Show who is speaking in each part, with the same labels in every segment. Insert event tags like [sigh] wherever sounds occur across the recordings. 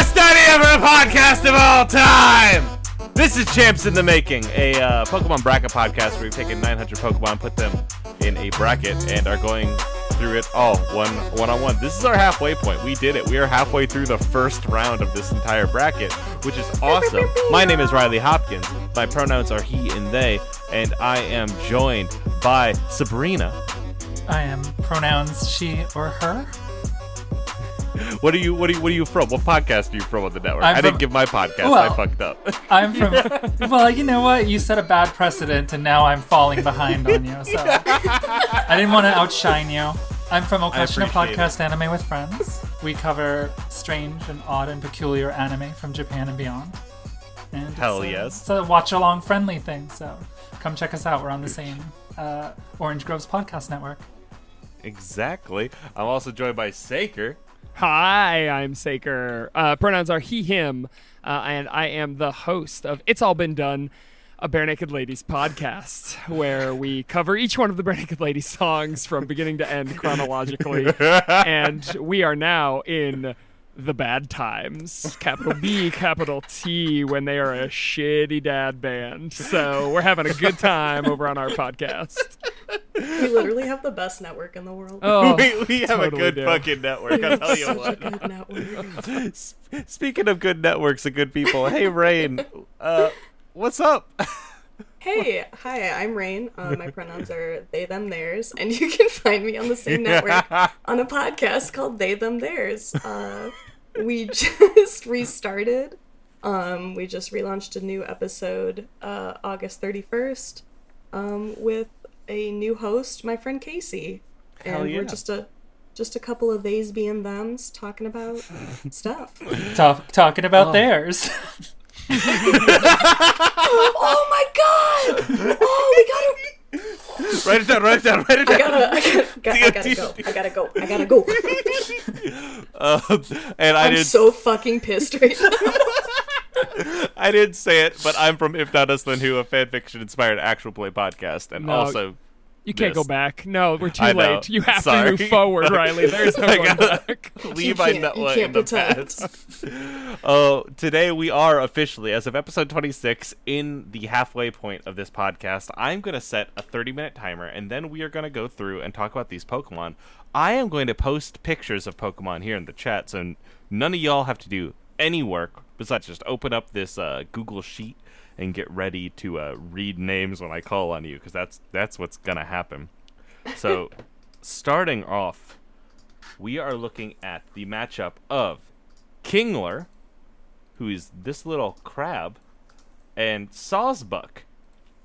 Speaker 1: favorite podcast of all time. This is Champs in the Making, a uh, Pokemon bracket podcast where we've taken 900 Pokemon, put them in a bracket, and are going through it all one one on one. This is our halfway point. We did it. We are halfway through the first round of this entire bracket, which is awesome. My name is Riley Hopkins. My pronouns are he and they, and I am joined by Sabrina.
Speaker 2: I am pronouns she or her.
Speaker 1: What are you? What are you? What are you from? What podcast are you from on the network?
Speaker 2: I'm
Speaker 1: I didn't
Speaker 2: from-
Speaker 1: give my podcast. I
Speaker 2: Well-
Speaker 1: fucked up. [laughs]
Speaker 2: I'm from. well, you know what? You set a bad precedent, and now I'm falling behind on you.
Speaker 1: [laughs]
Speaker 2: So I didn't want to outshine you. I'm from Okashina
Speaker 1: appreciate
Speaker 2: Podcast Anime with Friends. We cover strange and odd and peculiar anime from Japan and beyond. And it's
Speaker 1: Hell
Speaker 2: a-
Speaker 1: yes.
Speaker 2: It's a watch along friendly thing. So come check us out. We're on the same uh, Orange Groves Podcast Network.
Speaker 1: Exactly. I'm also joined by
Speaker 3: [laughs]
Speaker 1: Saker.
Speaker 3: Hi, I'm Saker. Uh, pronouns are he, him, uh, and I am the host of It's All Been Done, a Bare Naked Ladies podcast, where we cover each one of the Bare Naked Ladies songs from beginning to end chronologically. and we are now in the bad times, capital B, capital T, when they are a shitty dad band. So we're having a good time over on our podcast.
Speaker 4: We literally have the best network in the world. [laughs]
Speaker 3: Oh,
Speaker 1: we, we have
Speaker 3: totally
Speaker 1: a good
Speaker 3: do.
Speaker 1: fucking network. I'll tell you
Speaker 3: [laughs]
Speaker 4: Such a
Speaker 1: what.
Speaker 4: good network.
Speaker 1: S- Speaking of good networks and good people, hey Rain, uh, what's up?
Speaker 4: Hey, hi, I'm Rain. Uh, my pronouns are they, them, theirs, and you can find me on the
Speaker 1: [laughs]
Speaker 4: same network on a podcast called They, Them, Theirs. Uh, we just [laughs] restarted. Um, we just relaunched a new episode uh, August 31st um, with a new host, my friend Casey. And
Speaker 1: Hell yeah.
Speaker 4: we're just a just a couple of theys being thems talking about stuff.
Speaker 1: [laughs]
Speaker 2: Talk, talking about theirs. [laughs]
Speaker 4: Oh my god! Oh, we
Speaker 1: write it down. Write it down. Write it down.
Speaker 4: gotta, I gotta, gotta, I gotta go. I gotta go. I gotta go.
Speaker 1: [laughs] Um, and I
Speaker 4: I'm
Speaker 1: didn't.
Speaker 4: so fucking pissed right now.
Speaker 1: I didn't say it, but I'm from If Not Us Then Who, a fan fiction inspired actual play podcast, and
Speaker 3: No,
Speaker 1: also
Speaker 3: You can't go
Speaker 1: Missed.
Speaker 3: back. No, we're too
Speaker 1: I know.
Speaker 3: late. You have
Speaker 1: Sorry.
Speaker 3: to move forward, Riley. There's no
Speaker 1: [laughs] I
Speaker 3: going
Speaker 1: gotta-
Speaker 3: back.
Speaker 4: [laughs]
Speaker 1: leave
Speaker 4: You
Speaker 1: my
Speaker 4: can't- you
Speaker 1: Nutla in
Speaker 4: can't
Speaker 1: the
Speaker 4: pretend.
Speaker 1: past. [laughs] Oh, today we are officially, as of episode 26, in the halfway point of this podcast. I'm going to set a 30 minute timer, and then we are going to go through and talk about these Pokemon. I am going to post pictures of Pokemon here in the chat, so n- none of y'all have to do any work besides just open up this uh, Google Sheet and get ready to uh, read names when I call on you, because that's, that's what's going to happen.
Speaker 4: [laughs]
Speaker 1: So, starting off we are looking at the matchup of Kingler, who is this little crab, and Sawsbuck,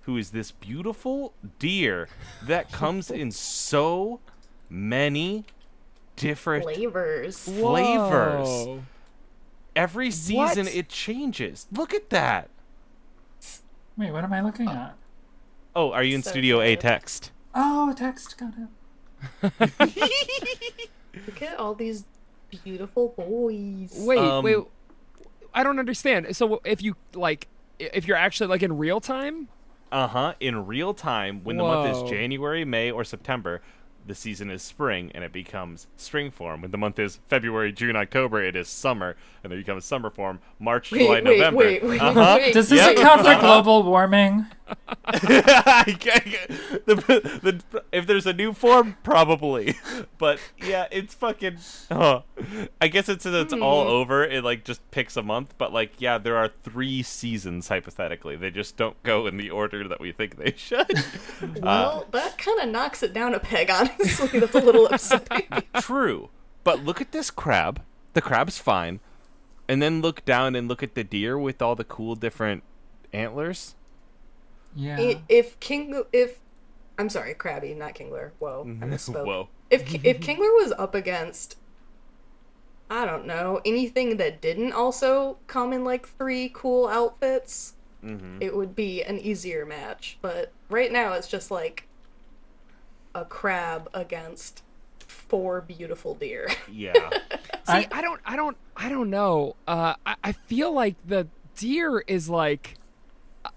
Speaker 1: who is this beautiful deer that comes in so many different
Speaker 4: Flavors.
Speaker 1: flavors.
Speaker 3: Whoa.
Speaker 1: Every season
Speaker 3: What?
Speaker 1: it changes. Look at that.
Speaker 2: Wait, what am I looking at?
Speaker 1: Oh, are you in
Speaker 4: So
Speaker 1: Studio A
Speaker 4: cute.
Speaker 1: text?
Speaker 2: Oh, text got it.
Speaker 4: Look at all these beautiful boys.
Speaker 3: Wait,
Speaker 1: Um,
Speaker 3: wait. I don't understand. So if you like, i- if you're actually like in real time,
Speaker 1: Uh huh. In real time, when the month
Speaker 3: Whoa.
Speaker 1: is January, May, or September, the season is spring and it becomes spring form. When the month is February, June, October, it is summer and it becomes summer form. March,
Speaker 4: Wait,
Speaker 1: July,
Speaker 4: wait,
Speaker 1: November.
Speaker 4: wait, wait,
Speaker 1: uh-huh.
Speaker 4: wait.
Speaker 2: Does this
Speaker 1: Yeah.
Speaker 2: account
Speaker 3: Uh-huh.
Speaker 2: for global warming?
Speaker 1: [laughs] I can't- the, the, if there's a new form, probably. [laughs] But yeah, it's fucking. Oh. I guess it says it's all
Speaker 4: Hmm.
Speaker 1: over. It like just picks a month. But like, yeah, there are three seasons hypothetically. They just don't go in the order that we think they
Speaker 4: [laughs]
Speaker 1: should. Uh,
Speaker 4: Well, that kind of knocks it down a peg, honestly. That's a
Speaker 1: [laughs]
Speaker 4: little upsetting.
Speaker 1: True. But look at this crab. The crab's fine. And then look down and look at the deer with all the cool different antlers.
Speaker 2: Yeah.
Speaker 4: I- if King, if I'm sorry, Krabby, not Kingler. Whoa, I misspoke.
Speaker 1: Whoa.
Speaker 4: If Ki- if Kingler was up against, I don't know anything that didn't also come in like three cool outfits, it would be an easier match. But right now, it's just like a crab against four beautiful deer. [laughs]
Speaker 1: Yeah.
Speaker 3: see, I, don't, I don't, I don't know. Uh, I, I feel like the deer is like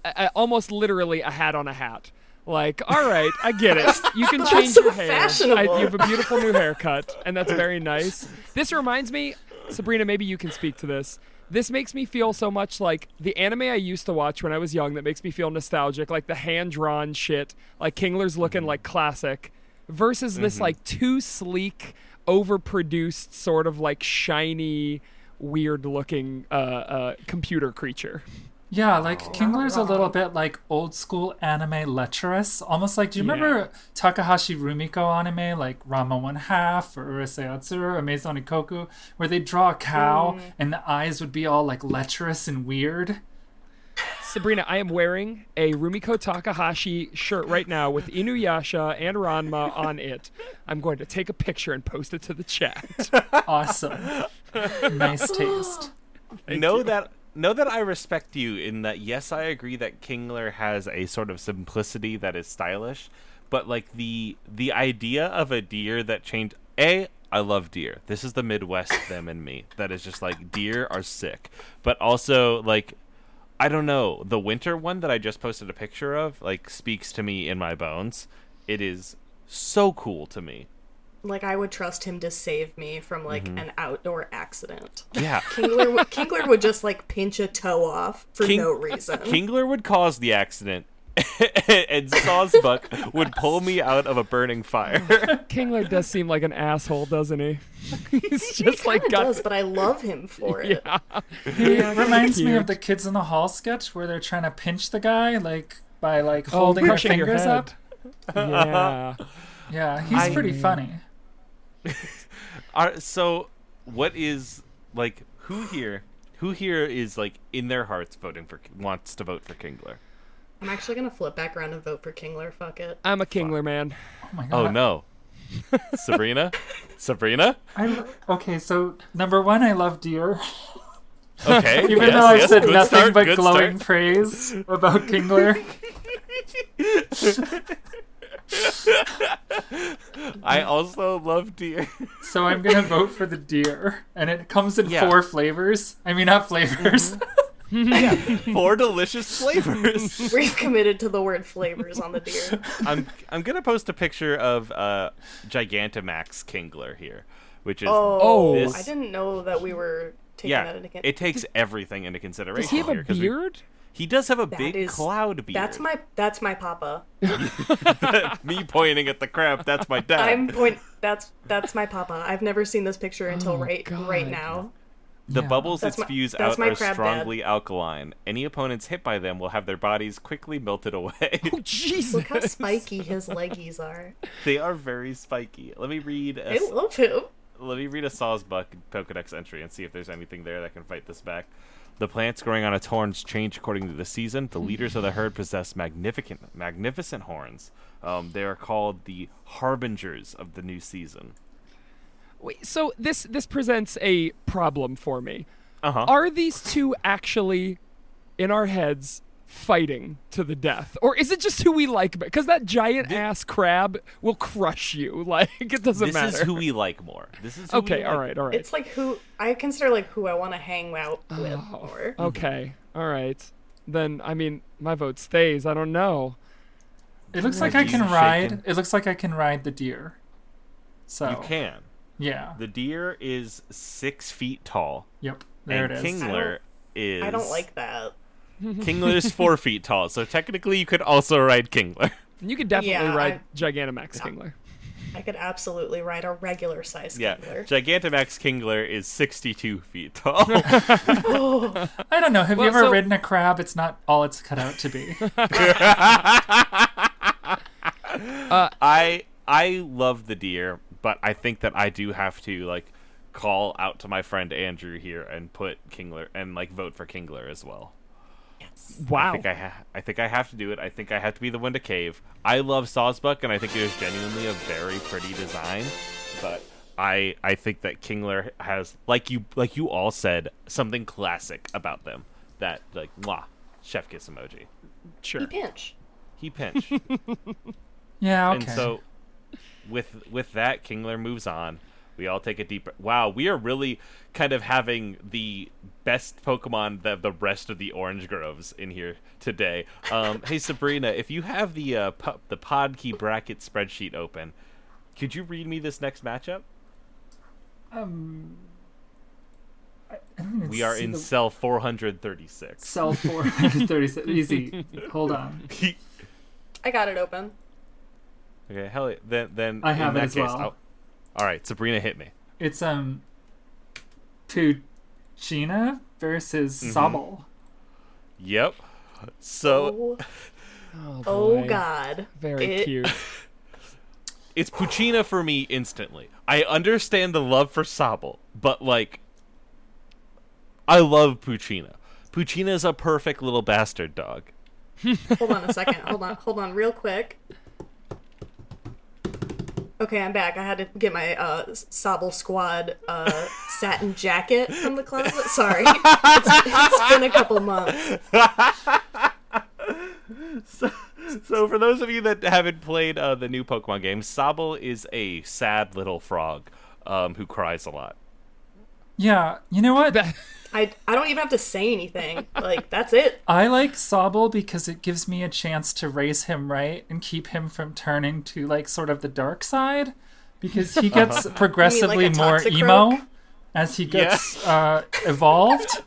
Speaker 3: a, a- almost literally a hat on a hat. Like, all right, I get it. You can change
Speaker 4: so
Speaker 3: your hair. I,
Speaker 4: fashionable.
Speaker 3: you have a beautiful new haircut, and that's very nice. This reminds me, Sabrina, maybe you can speak to this. This makes me feel so much like the anime I used to watch when I was young that makes me feel nostalgic, like the hand drawn shit, like Kingler's looking like classic, versus this like too sleek, overproduced, sort of like shiny, weird looking uh, uh, computer creature.
Speaker 2: Yeah, like Kingler's a little bit like old school anime lecherous. Almost like, do you
Speaker 3: Yeah.
Speaker 2: remember Takahashi Rumiko anime, like Rama One Half or Urusei Atsuru or Meizan Ikoku, where they draw a cow and the eyes would be all like lecherous and weird?
Speaker 3: Sabrina, I am wearing a Rumiko Takahashi shirt right now with Inuyasha and Ranma on it. I'm going to take a picture and post it to
Speaker 2: [laughs]
Speaker 3: the chat.
Speaker 2: Awesome.
Speaker 3: [laughs]
Speaker 2: nice taste.
Speaker 1: know that know that I respect you in that yes, I agree that Kingler has a sort of simplicity that is stylish, but like the the idea of a deer that changed A I love deer. This is the Midwest them and me. That is just like deer are sick. But also like I don't know, the winter one that I just posted a picture of like speaks to me in my bones. It is so cool to me.
Speaker 4: Like I would trust him to save me from like an outdoor accident.
Speaker 1: Yeah.
Speaker 4: Kingler, would- Kingler would just like pinch a toe off for
Speaker 1: King-
Speaker 4: no reason.
Speaker 1: Kingler would cause the accident, [laughs] and Sawsbuck would pull me out of a burning fire.
Speaker 3: Kingler does seem like an asshole, doesn't
Speaker 4: [laughs]
Speaker 3: he? He's just like
Speaker 4: It
Speaker 3: got [laughs]
Speaker 4: does, but I love him for it.
Speaker 2: He reminds me of the kids in the hall sketch where they're trying to pinch the guy, like by like [laughs] holding their
Speaker 3: Oh, pushing your
Speaker 2: fingers
Speaker 3: head.
Speaker 2: up.
Speaker 3: Yeah.
Speaker 2: Yeah, he's
Speaker 1: I-
Speaker 2: pretty funny.
Speaker 1: [laughs] Are- so, what is like who here? Who here is like in their hearts voting for wants to vote for Kingler?
Speaker 4: I'm actually gonna flip back around and vote for Kingler. Fuck it.
Speaker 3: I'm a Kingler man.
Speaker 2: Oh my god.
Speaker 1: Oh no, [laughs]
Speaker 2: [laughs]
Speaker 3: [laughs]
Speaker 1: Sabrina, Sabrina.
Speaker 2: I lo- okay, so number one, I
Speaker 1: [laughs]
Speaker 2: love deer.
Speaker 1: Okay,
Speaker 2: [laughs] Even
Speaker 1: yes,
Speaker 2: though I've
Speaker 1: yes,
Speaker 2: said
Speaker 1: good
Speaker 2: nothing
Speaker 1: start,
Speaker 2: but
Speaker 1: good
Speaker 2: glowing
Speaker 1: start. [laughs]
Speaker 2: praise about Kingler.
Speaker 1: [laughs] I also love deer. [laughs]
Speaker 2: So I'm gonna vote for the deer, and it comes in
Speaker 1: Yeah.
Speaker 2: four flavors. I mean, not flavors.
Speaker 1: Four delicious flavors.
Speaker 4: [laughs]
Speaker 2: [laughs]
Speaker 4: We've committed to the word flavors on
Speaker 1: [laughs]
Speaker 4: the deer.
Speaker 1: I'm I'm gonna post a picture of uh, Gigantamax Kingler here, which is
Speaker 4: Oh,
Speaker 1: This-
Speaker 4: I didn't know that we were taking
Speaker 1: yeah,
Speaker 4: that into
Speaker 1: it
Speaker 4: account.
Speaker 1: takes everything into consideration.
Speaker 3: Does he have a
Speaker 1: here, 'cause we-
Speaker 3: beard?
Speaker 1: he does have a big
Speaker 4: is-
Speaker 1: cloud beard.
Speaker 4: That's my that's my papa.
Speaker 1: [laughs] me pointing at the crap. That's my dad.
Speaker 4: I'm point. That's that's my papa. I've never seen this picture until right right
Speaker 3: God.
Speaker 4: [laughs] now.
Speaker 1: the
Speaker 2: Yeah.
Speaker 1: bubbles it
Speaker 4: That's my-
Speaker 1: spews
Speaker 4: that's
Speaker 1: out
Speaker 4: my
Speaker 1: are
Speaker 4: crab dad.
Speaker 1: strongly alkaline. Any opponents hit by them will have their bodies quickly melted
Speaker 3: [laughs]
Speaker 1: away.
Speaker 3: Oh, Jesus.
Speaker 4: Look how spiky [laughs] his leggies are.
Speaker 1: they are very spiky. Let me read. A,
Speaker 4: I
Speaker 1: s-
Speaker 4: love him.
Speaker 1: Let me read a Sawsbuck Pokedex entry and see if there's anything there that can fight this back. The plants growing on its horns change according to the season. The leaders of the herd possess magnificent, magnificent horns. Um, they are called the harbingers of the new season.
Speaker 3: Wait, so this this presents a problem for me.
Speaker 1: Uh
Speaker 2: Uh-huh.
Speaker 1: huh.
Speaker 3: Are these two actually in our heads fighting to the death, or is it just who we like? Because that giant ass crab will crush you. [laughs] Like it doesn't
Speaker 1: This
Speaker 3: matter.
Speaker 1: is who we like more. This is who we
Speaker 3: okay.
Speaker 1: like
Speaker 3: All right. All right.
Speaker 4: It's like who I consider like who I want to hang out with more.
Speaker 3: Oh, okay. All right. Then I mean, my vote stays. I don't know.
Speaker 2: [laughs] It looks like I
Speaker 1: he's
Speaker 2: can
Speaker 1: shaking.
Speaker 2: ride. It looks like I can ride the deer. So
Speaker 1: You can.
Speaker 2: yeah,
Speaker 1: The deer is six feet tall,
Speaker 2: yep, there
Speaker 1: and
Speaker 2: it is.
Speaker 1: Kingler is.
Speaker 4: I don't
Speaker 2: [laughs]
Speaker 4: like that.
Speaker 1: Kingler's four feet tall, so technically you could also ride Kingler.
Speaker 3: You could definitely
Speaker 4: Yeah,
Speaker 3: ride
Speaker 4: I-
Speaker 3: Gigantamax Kingler.
Speaker 4: I could absolutely ride a regular size
Speaker 1: Yeah,
Speaker 4: Kingler. [gasps]
Speaker 1: Gigantamax Kingler is sixty-two feet tall. [laughs]
Speaker 4: Oh,
Speaker 2: I don't know. Have you
Speaker 3: Well,
Speaker 2: ever
Speaker 3: so-
Speaker 2: ridden a crab? It's not all it's cut out to
Speaker 1: [laughs]
Speaker 2: be.
Speaker 1: I I love the deer, but I think that I do have to like call out to my friend Andrew here and put Kingler and like vote for Kingler as well. I
Speaker 3: Wow.
Speaker 1: think I ha- I think I have to do it. I think I have to be the one to cave. I love Sawsbuck, and I think it is genuinely a very pretty design. But I I think that Kingler has like you like you all said something classic about them that like mwah chef kiss emoji.
Speaker 3: sure.
Speaker 4: pinch.
Speaker 1: He pinched,
Speaker 2: Yeah, okay.
Speaker 1: and so with with that Kingler moves on. We all take a deep. Wow, we are really kind of having the best Pokemon that the rest of the Orange Groves in here today. Um, hey Sabrina, if you have the uh, po- the Podkey bracket spreadsheet open, could you read me this next matchup?
Speaker 2: Um, don't even
Speaker 1: We are
Speaker 2: see
Speaker 1: in
Speaker 2: the-
Speaker 1: cell 436.
Speaker 2: cell
Speaker 1: [laughs]
Speaker 2: 436. Easy. Hold on.
Speaker 4: I got it open.
Speaker 1: okay, hell yeah. Then, then
Speaker 2: I
Speaker 1: in
Speaker 2: have it
Speaker 1: that
Speaker 2: as
Speaker 1: case,
Speaker 2: well.
Speaker 1: I'll- all right, Sabrina, hit me.
Speaker 2: It's um Puccina versus Sobble.
Speaker 1: Yep. So
Speaker 4: Oh,
Speaker 3: Oh,
Speaker 4: oh
Speaker 3: boy.
Speaker 4: God.
Speaker 3: Very
Speaker 4: It- [laughs]
Speaker 3: cute.
Speaker 1: it's Puccina for me instantly. I understand the love for Sobel, but like, I love Puccina. Puccina is a perfect little bastard dog.
Speaker 4: Hold on
Speaker 3: [laughs]
Speaker 4: a second. Hold on. Hold on, real quick. Okay, I'm back. I had to get my uh, Sobble Squad
Speaker 3: [laughs]
Speaker 4: uh, satin jacket from the closet. Sorry, it's, it's been a couple months.
Speaker 1: So, for those of you that haven't played uh, the new Pokemon game, Sobble is a sad little frog um, who cries a lot. [laughs]
Speaker 2: Yeah, you know what?
Speaker 4: I I don't even have to say anything. Like that's it.
Speaker 2: I like Sobble because it gives me a chance to raise him right and keep him from turning to like sort of the dark side because he gets progressively
Speaker 4: a
Speaker 2: more
Speaker 4: Toxicroak?
Speaker 2: emo as he gets uh, evolved.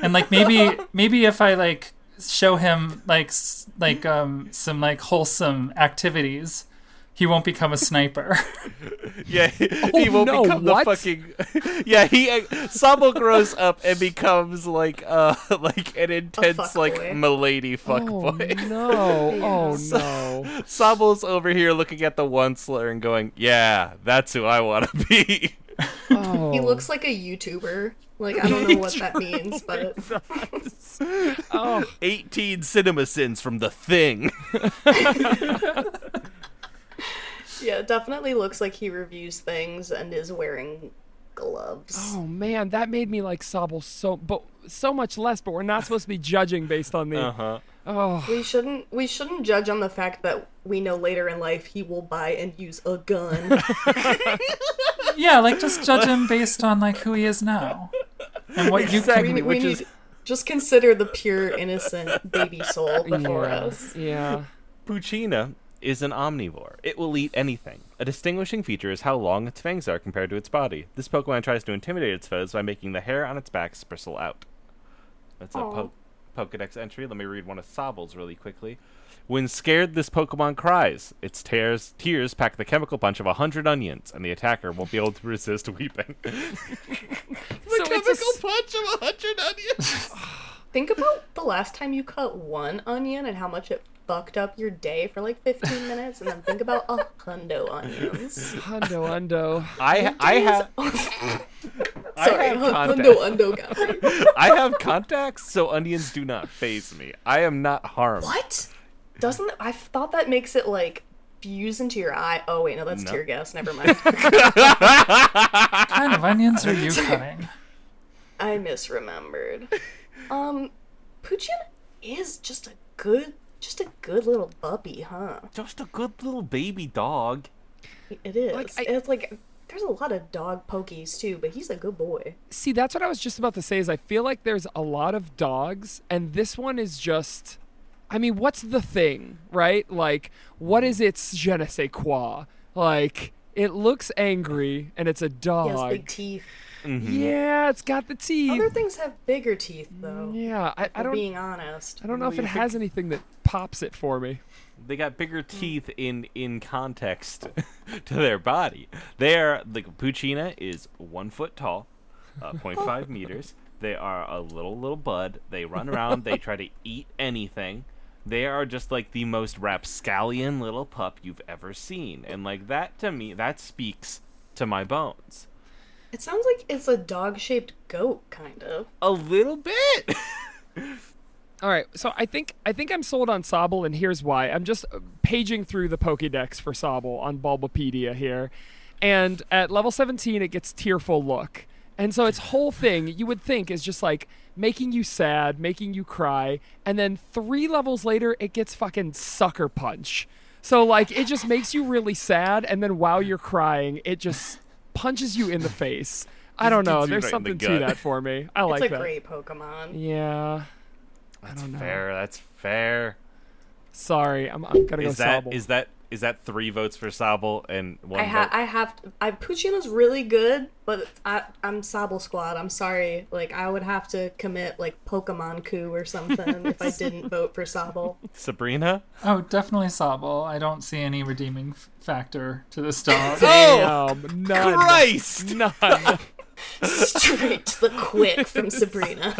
Speaker 2: And like maybe maybe if I like show him like s- like um some like wholesome activities, he won't become a sniper. [laughs]
Speaker 1: Yeah, he, he won't
Speaker 3: Oh, no,
Speaker 1: become
Speaker 3: what?
Speaker 1: the fucking. [laughs] yeah, he uh, Sobble grows up and becomes like uh [laughs] like an intense like
Speaker 4: fuckboy.
Speaker 1: milady
Speaker 3: oh
Speaker 1: fuckboy.
Speaker 3: no!
Speaker 4: [laughs]
Speaker 3: Oh no!
Speaker 1: Sobble's over here looking at the one slur and going, "Yeah, that's who I want to be."
Speaker 3: Oh.
Speaker 4: He looks like a YouTuber. Like I don't know what
Speaker 3: [laughs]
Speaker 4: that means, but
Speaker 3: Oh,
Speaker 1: Eighteen cinema sins from the thing.
Speaker 4: yeah, it definitely looks like he reviews things and is wearing gloves.
Speaker 3: oh man, that made me like Sobble so, but so much less. But we're not supposed to be judging based on the.
Speaker 1: huh.
Speaker 3: Oh,
Speaker 4: We shouldn't we shouldn't judge on the fact that we know later in life he will buy and use a gun.
Speaker 2: yeah, like just judge him based on like who he is now and what
Speaker 3: [laughs]
Speaker 1: [laughs]
Speaker 2: you
Speaker 1: Exactly.
Speaker 2: can
Speaker 4: we
Speaker 1: which is-
Speaker 2: [laughs]
Speaker 4: need just consider the pure innocent baby soul before
Speaker 3: yeah,
Speaker 4: us.
Speaker 3: yeah.
Speaker 1: Puccina is an omnivore. It will eat anything. A distinguishing feature is how long its fangs are compared to its body. This Pokemon tries to intimidate its foes by making the hair on its back bristle out. That's
Speaker 4: Aw.
Speaker 1: a po- Pokedex entry. Let me read one of Sobble's really quickly. When scared, this Pokemon cries. Its tears, tears pack the chemical punch of a hundred onions, and the attacker won't be able to resist
Speaker 4: [laughs]
Speaker 1: weeping. the
Speaker 3: So it's a s-
Speaker 1: punch of a hundred onions.
Speaker 4: Think about the last time you cut one onion and how much it fucked up your day for like 15 minutes and then think about a hundo onions.
Speaker 3: Hundo, undo.
Speaker 1: I I have I
Speaker 4: [laughs] Sorry,
Speaker 1: have
Speaker 4: hundo
Speaker 1: contacts.
Speaker 4: undo guy.
Speaker 1: [laughs] [laughs] I
Speaker 4: [laughs]
Speaker 1: have contacts, so onions do not phase me. I am not harmed. [laughs]
Speaker 4: What? Doesn't I thought that makes it like fuse into your eye? Oh wait, no, that's
Speaker 1: No.
Speaker 4: tear gas.
Speaker 3: [laughs]
Speaker 4: Never mind. [laughs]
Speaker 2: kind of onions are you cutting?
Speaker 4: I misremembered. Um, Puchin is just a good, just a good little puppy, huh?
Speaker 1: Just a good little baby dog.
Speaker 4: It is.
Speaker 3: Like, I-
Speaker 4: It's like there's a lot of dog pokies too, but he's a good boy.
Speaker 3: See, that's what I was just about to say. Is I feel like there's a lot of dogs, and this one is just. I mean, what's the thing, right? Like, what is its je ne sais quoi? Like, it looks angry, and it's a
Speaker 4: He has
Speaker 3: dog.
Speaker 4: big teeth.
Speaker 3: yeah, it's got the teeth.
Speaker 4: Other things have bigger teeth though.
Speaker 3: yeah, Mm, I, I
Speaker 4: I
Speaker 3: don't.
Speaker 4: being honest.
Speaker 3: I don't know if
Speaker 1: Well,
Speaker 3: it
Speaker 1: you
Speaker 3: has anything that pops it for me.
Speaker 1: They got bigger teeth in in context [laughs] to their body. They are like Puccina is one foot tall, uh, 0.5 meters. They are a little little bud. They run around. they try to eat anything. They are just like the most rapscallion little pup you've ever seen, and like that to me, that speaks to my bones
Speaker 4: It sounds like it's a dog-shaped goat, kind of.
Speaker 1: a little bit. [laughs]
Speaker 3: All right, so I think I think I'm sold on Sobble, and here's why. I'm just uh, paging through the Pokédex for Sobble on Bulbapedia here, and at level 17 it gets tearful look, and so its whole thing you would think is just like making you sad, making you cry, and then three levels later it gets fucking sucker punch. So like it just makes you really sad, and then while you're crying it just punches you in the face. I don't know.
Speaker 1: Gets you
Speaker 3: There's
Speaker 1: right in the
Speaker 3: something to
Speaker 1: gut.
Speaker 3: that for me. I
Speaker 4: It's
Speaker 3: like
Speaker 4: a
Speaker 3: that.
Speaker 4: great Pokemon.
Speaker 3: Yeah.
Speaker 1: That's
Speaker 3: don't know.
Speaker 1: fair. That's fair.
Speaker 3: Sorry, I'm, I'm gonna
Speaker 1: Is
Speaker 3: go
Speaker 1: that
Speaker 3: Sobble.
Speaker 1: is that is that three votes for Sobble and one?
Speaker 4: I have,
Speaker 1: vote?
Speaker 4: I have, I Puccino's really good, but I, I'm Sable Squad. I'm sorry, like I would have to commit like Pokemon coup or something if I didn't vote for Sable.
Speaker 1: Sabrina.
Speaker 2: Oh, definitely Sobble. I don't see any redeeming f- factor to this dog.
Speaker 3: [laughs] Damn, Oh, none. [laughs]
Speaker 1: Christ! [laughs]
Speaker 3: None.
Speaker 4: Straight to the quick from Sabrina.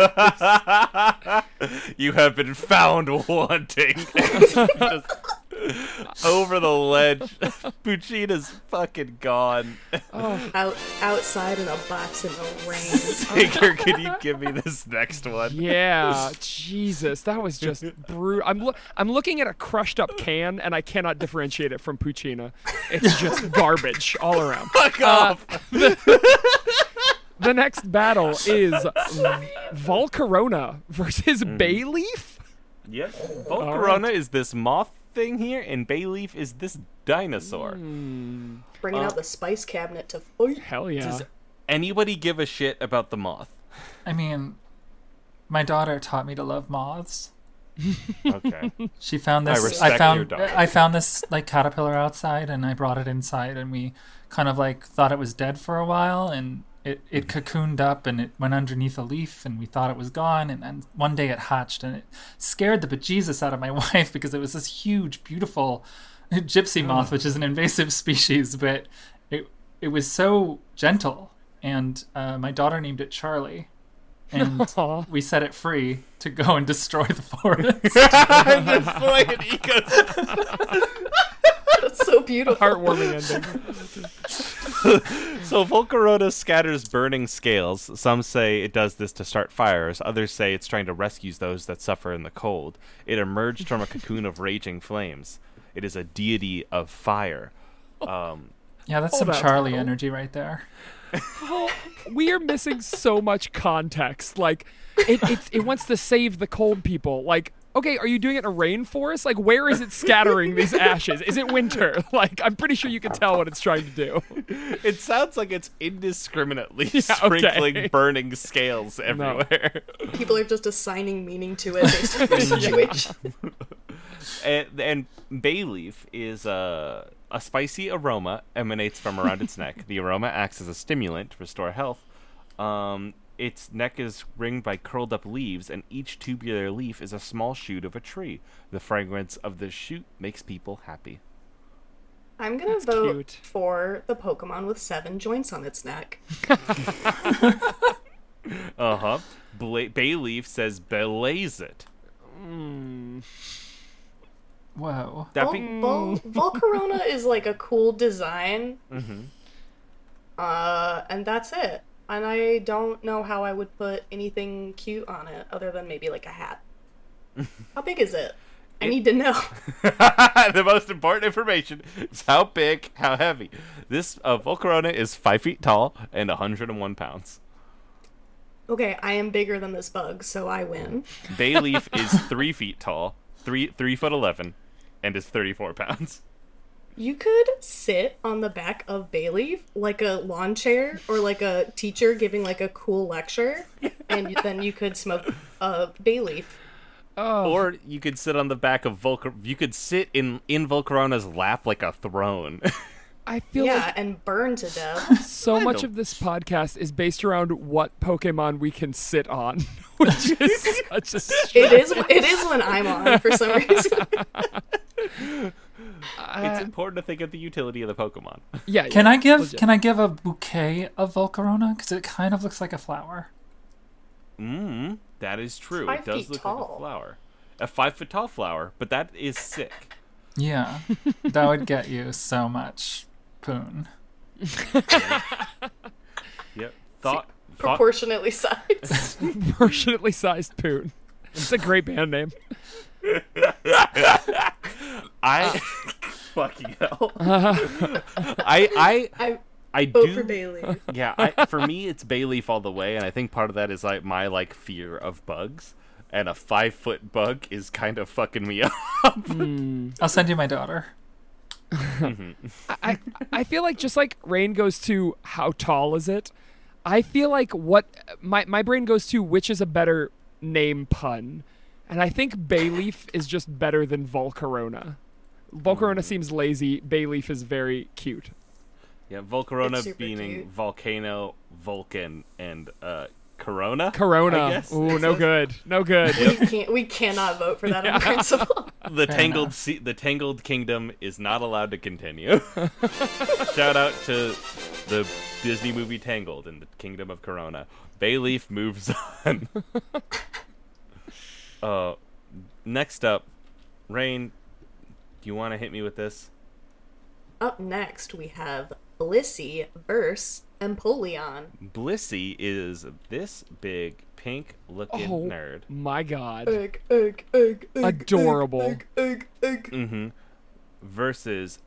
Speaker 1: you have been found [laughs] wanting. Just over the ledge. [laughs] Puccina's fucking gone. [laughs]
Speaker 3: Oh,
Speaker 4: Out outside in a box in the rain.
Speaker 1: Taker, can you give me this next one?
Speaker 3: Yeah, Jesus, that was just brutal. I'm loo- I'm looking at a crushed up can and I cannot differentiate it from Puccina.
Speaker 1: [laughs]
Speaker 3: It's just garbage all around.
Speaker 1: Fuck off!
Speaker 3: The next battle is Volcarona versus
Speaker 1: Mm.
Speaker 3: Bayleaf.
Speaker 1: Yes. Volcarona is this moth thing here, and Bayleaf is this dinosaur.
Speaker 3: Mm.
Speaker 4: Bringing out the spice cabinet to fight.
Speaker 3: Hell yeah.
Speaker 1: Does anybody give a shit about the moth?
Speaker 2: I mean, my daughter taught me to love moths.
Speaker 1: Okay. [laughs]
Speaker 2: She found
Speaker 1: I
Speaker 2: this. I,
Speaker 1: respect your
Speaker 2: found.
Speaker 1: daughter.
Speaker 2: I found this like caterpillar outside, and I brought it inside, and we kind of like thought it was dead for a while, and it it
Speaker 1: Mm-hmm.
Speaker 2: cocooned up, and it went underneath a leaf, and we thought it was gone, and then one day it hatched, and it scared the bejesus out of my [laughs] wife because it was this huge, beautiful
Speaker 1: Mm.
Speaker 2: gypsy moth, which is an invasive [laughs] species, but it it was so gentle, and uh, my daughter named it Charlie,
Speaker 1: [laughs]
Speaker 2: and
Speaker 3: Aw.
Speaker 2: we set it free to go and destroy the forest.
Speaker 1: and destroy an ecosystem.
Speaker 4: That's so
Speaker 3: [laughs]
Speaker 4: beautiful.
Speaker 1: [laughs]
Speaker 3: Heartwarming ending.
Speaker 1: So Volcarona scatters burning scales. Some say it does this to start fires. Others say it's trying to rescue those that suffer in the cold. It emerged from a cocoon of raging flames. It is a deity of fire. Um,
Speaker 2: Yeah,
Speaker 4: Oh,
Speaker 2: that's
Speaker 3: Hold
Speaker 2: some
Speaker 3: on.
Speaker 2: Charlie energy right there.
Speaker 3: We are missing so much context. Like, it, it's, it wants to save the cold people. Like, okay, are you doing it in a rainforest? Like, where is it scattering
Speaker 2: [laughs]
Speaker 3: these ashes? Is it winter? [laughs] Like, I'm pretty sure you can tell what it's trying to do.
Speaker 1: it sounds like it's [laughs] indiscriminately
Speaker 3: okay.
Speaker 1: sprinkling burning scales everywhere.
Speaker 4: People are just assigning meaning to it based on their situation.
Speaker 1: and, and bay leaf is a a spicy aroma emanates from around its neck. The aroma acts as a stimulant to restore health. Um, its neck is ringed by curled up leaves, and each tubular leaf is a small shoot of a tree. The fragrance of the shoot makes people happy.
Speaker 4: I'm gonna vote
Speaker 3: cute.
Speaker 4: for the Pokemon with seven joints on its neck.
Speaker 1: Uh huh. Bla- bay leaf says blaze it.
Speaker 2: Whoa.
Speaker 1: That
Speaker 4: Vol-
Speaker 1: be-
Speaker 4: Vol- Volcarona is like a cool design. Uh, and that's it. And I don't know how I would put anything cute on it other than maybe like a hat. How big is it? I need to know.
Speaker 1: [laughs] the most important information is how big, how heavy. This uh, Volcarona is five feet tall and 101 pounds.
Speaker 4: Okay, I am bigger than this bug, so I win.
Speaker 1: Bay Leaf is three feet tall, three three foot eleven, and is thirty four pounds.
Speaker 4: You could sit on the back of Bayleaf like a lawn chair or like a teacher giving like a cool lecture, and then you could smoke a Bayleaf. Oh.
Speaker 1: Or you could sit on the back of Volcar. You could sit in in Volcarona's lap like a throne. [laughs]
Speaker 3: I feel like
Speaker 4: Yeah, and burn to death.
Speaker 3: So much of this podcast is based around what Pokemon we can sit on, [laughs] which is such a str-
Speaker 4: It is it is when I'm on for some reason. Uh,
Speaker 1: it's important to think of the utility of the Pokemon.
Speaker 3: [laughs] yeah.
Speaker 2: Can I give
Speaker 3: Legit.
Speaker 2: can I give a bouquet of Volcarona cuz it kind of looks like a flower?
Speaker 1: Mm, that is true.
Speaker 4: Five
Speaker 1: it does
Speaker 4: feet
Speaker 1: look like a
Speaker 4: tall.
Speaker 1: flower, a five foot tall flower. But that is sick.
Speaker 4: [laughs]
Speaker 2: Yeah. that would get you so much poon.
Speaker 1: Yep. Thought. thought
Speaker 4: Proportionately sized.
Speaker 3: proportionately sized poon? It's a great band name.
Speaker 4: [laughs]
Speaker 1: I. [laughs] fucking hell. [laughs] I I
Speaker 4: I
Speaker 1: I
Speaker 4: vote
Speaker 1: do.
Speaker 4: for Bailey.
Speaker 1: yeah I, for [laughs] me it's bay leaf all the way and i think part of that is like my like fear of bugs and a five foot bug is kind of fucking me [laughs] up
Speaker 2: I'll send you my daughter.
Speaker 3: I I feel like just like rain goes to how tall is it? I feel like what my my brain goes to which is a better name pun, and I think Bayleaf is just better than Volcarona. Volcarona seems lazy. Bayleaf is very cute.
Speaker 1: Yeah, Volcarona
Speaker 4: super
Speaker 1: meaning
Speaker 4: cute.
Speaker 1: volcano, Vulcan, and uh, Corona. I
Speaker 3: Corona.
Speaker 1: guess.
Speaker 3: Ooh, no good. No good.
Speaker 4: We can't. We cannot vote for that on principle.
Speaker 1: the tangled se- the tangled kingdom is not allowed to continue. [laughs] Shout out to the Disney movie Tangled and the Kingdom of Corona. Bayleaf moves on. [laughs] uh, next up, Rain. Do you want to hit me with this?
Speaker 4: Up next, we have Blissey versus Empoleon.
Speaker 1: Blissey is this big pink looking
Speaker 3: Oh.
Speaker 1: nerd.
Speaker 3: My God.
Speaker 4: Ugh, ugh, ugh, ugh,
Speaker 3: Adorable.
Speaker 4: Ugh, ugh, ugh, ugh.
Speaker 1: Mm-hmm. Versus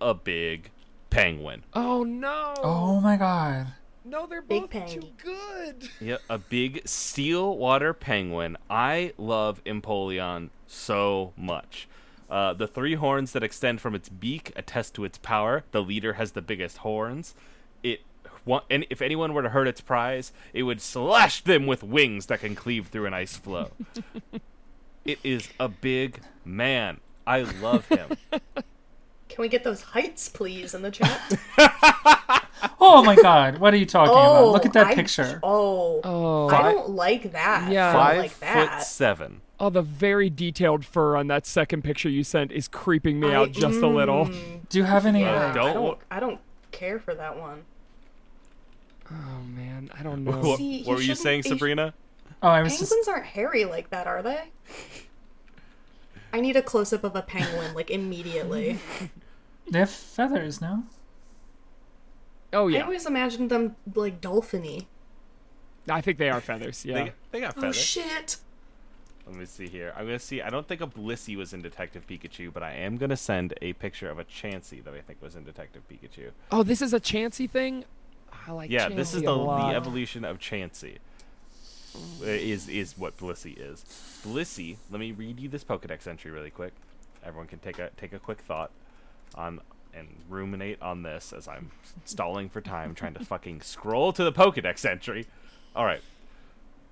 Speaker 1: a big penguin.
Speaker 3: Oh no.
Speaker 2: Oh my god.
Speaker 3: No, they're
Speaker 4: Big
Speaker 3: both too
Speaker 4: penguin.
Speaker 3: good.
Speaker 1: Yeah, a big steel water penguin. I love Empoleon so much. Uh, the three horns that extend from its beak attest to its power. The leader has the biggest horns. It, wa- and if anyone were to hurt its prize, it would slash them with wings that can cleave through an ice floe.
Speaker 4: [laughs]
Speaker 1: it is a big man. I love him.
Speaker 4: Can we get those heights, please, in the chat?
Speaker 2: Oh my god. What are you talking about? Look at that
Speaker 4: I-
Speaker 2: picture.
Speaker 4: Oh,
Speaker 3: Oh.
Speaker 4: I
Speaker 1: Fi-
Speaker 4: don't like that.
Speaker 3: Yeah.
Speaker 4: [laughs] I don't
Speaker 1: Five
Speaker 4: like that.
Speaker 1: foot seven.
Speaker 3: Oh, the very detailed fur on that second picture you sent is creeping me
Speaker 4: I-
Speaker 3: out just a little.
Speaker 4: mm,
Speaker 2: Do you have any?
Speaker 4: yeah,
Speaker 2: uh,
Speaker 1: don't-
Speaker 4: I don't. I don't care for that one.
Speaker 3: Oh man, I don't
Speaker 1: Wha-
Speaker 3: know.
Speaker 1: What,
Speaker 4: See, he
Speaker 1: were you
Speaker 4: shouldn't-
Speaker 1: saying,
Speaker 4: he sh-
Speaker 1: Sabrina?
Speaker 2: oh, I was just.
Speaker 4: Penguins aren't hairy like that, are they? I need a close up of a penguin, like [laughs] immediately.
Speaker 2: They have feathers, no?
Speaker 3: Oh
Speaker 4: I
Speaker 3: yeah,
Speaker 4: always imagined them like dolphiny.
Speaker 3: I think they are feathers. Yeah.
Speaker 1: They, they got
Speaker 4: Oh
Speaker 1: feathers.
Speaker 4: shit!
Speaker 1: Let me see here. I'm gonna see. I don't think a Blissey was in Detective Pikachu, but I am gonna send a picture of a Chansey that I think was in Detective Pikachu.
Speaker 3: Oh, this is a Chansey thing. I like.
Speaker 1: yeah, this is
Speaker 3: Chansey
Speaker 1: the,
Speaker 3: a
Speaker 1: the
Speaker 3: lot.
Speaker 1: evolution of Chansey. uh, Is is what Blissey is. Blissey. Let me read you this Pokedex entry really quick. Everyone can take a take a quick thought on and ruminate on this as I'm stalling for time trying to fucking scroll to the Pokedex entry. All right.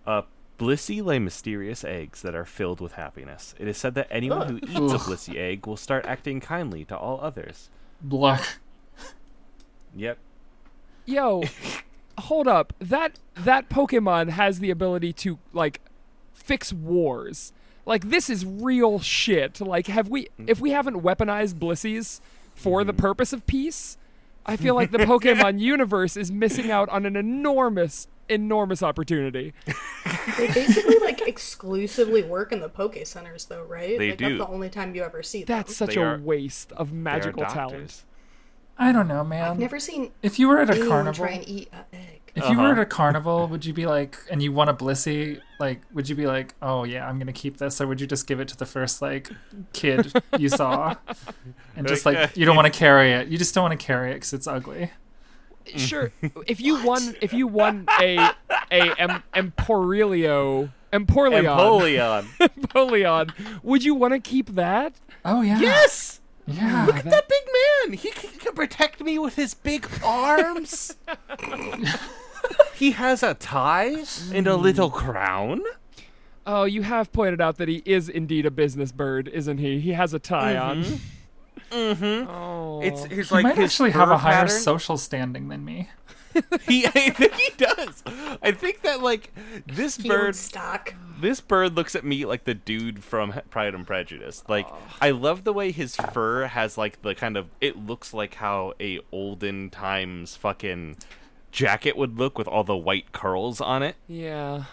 Speaker 1: Uh, Blissey lay mysterious eggs that are filled with happiness. It is said that anyone who eats a Blissey egg will start acting kindly to all others.
Speaker 2: Bluck.
Speaker 1: Yep. [laughs]
Speaker 3: Yo, hold up. That that Pokemon has the ability to like fix wars. Like this is real shit. Like have we
Speaker 1: Mm-hmm.
Speaker 3: if we haven't weaponized Blissey's for the purpose of peace, I feel like
Speaker 1: [laughs]
Speaker 3: the Pokemon universe is missing out on an enormous enormous opportunity.
Speaker 4: [laughs] They basically like exclusively work in the Poke Centers, though, right?
Speaker 1: They
Speaker 4: like,
Speaker 1: do.
Speaker 4: That's the only time you ever see them.
Speaker 3: That's such
Speaker 1: They
Speaker 3: a
Speaker 1: are-
Speaker 3: waste of
Speaker 1: They are
Speaker 3: magical talent.
Speaker 1: doctors.
Speaker 2: I don't know, man.
Speaker 4: Never seen
Speaker 2: If you were at um, a
Speaker 4: anyone
Speaker 2: carnival,
Speaker 4: try and eat an egg.
Speaker 2: if you were
Speaker 1: Uh-huh.
Speaker 2: at a carnival, would you be like, and you want a blissy, like, would you be like, oh yeah, I'm gonna keep this, or would you just give it to the first like kid you
Speaker 1: [laughs]
Speaker 2: saw, and just like you don't want to carry it, you just don't want to carry it because it's ugly.
Speaker 4: [laughs]
Speaker 3: Sure. if you won if you won a a em, Emporilio Empoleon. [laughs]
Speaker 1: [laughs] Empoleon.
Speaker 3: Napoleon, would you want to keep that?
Speaker 2: Oh yeah,
Speaker 1: yes.
Speaker 2: yeah.
Speaker 1: Look at that big man. He can, can protect me with his big arms. he has a tie and a little crown.
Speaker 3: Oh, you have pointed out that he is indeed a business bird, isn't he? He has a tie on.
Speaker 1: Mm-hmm.
Speaker 3: Oh.
Speaker 1: It's he's
Speaker 2: You
Speaker 1: like
Speaker 2: might
Speaker 1: his
Speaker 2: actually have
Speaker 1: fur
Speaker 2: a higher
Speaker 1: pattern.
Speaker 2: social standing than me.
Speaker 1: [laughs] He, I think he does. I think that like this
Speaker 4: Bird
Speaker 1: bird,
Speaker 4: stock.
Speaker 1: this bird looks at me like the dude from H- Pride and Prejudice. Like I love the way his fur has like the kind of it looks like how a olden times fucking jacket would look with all the white curls on it.
Speaker 3: yeah.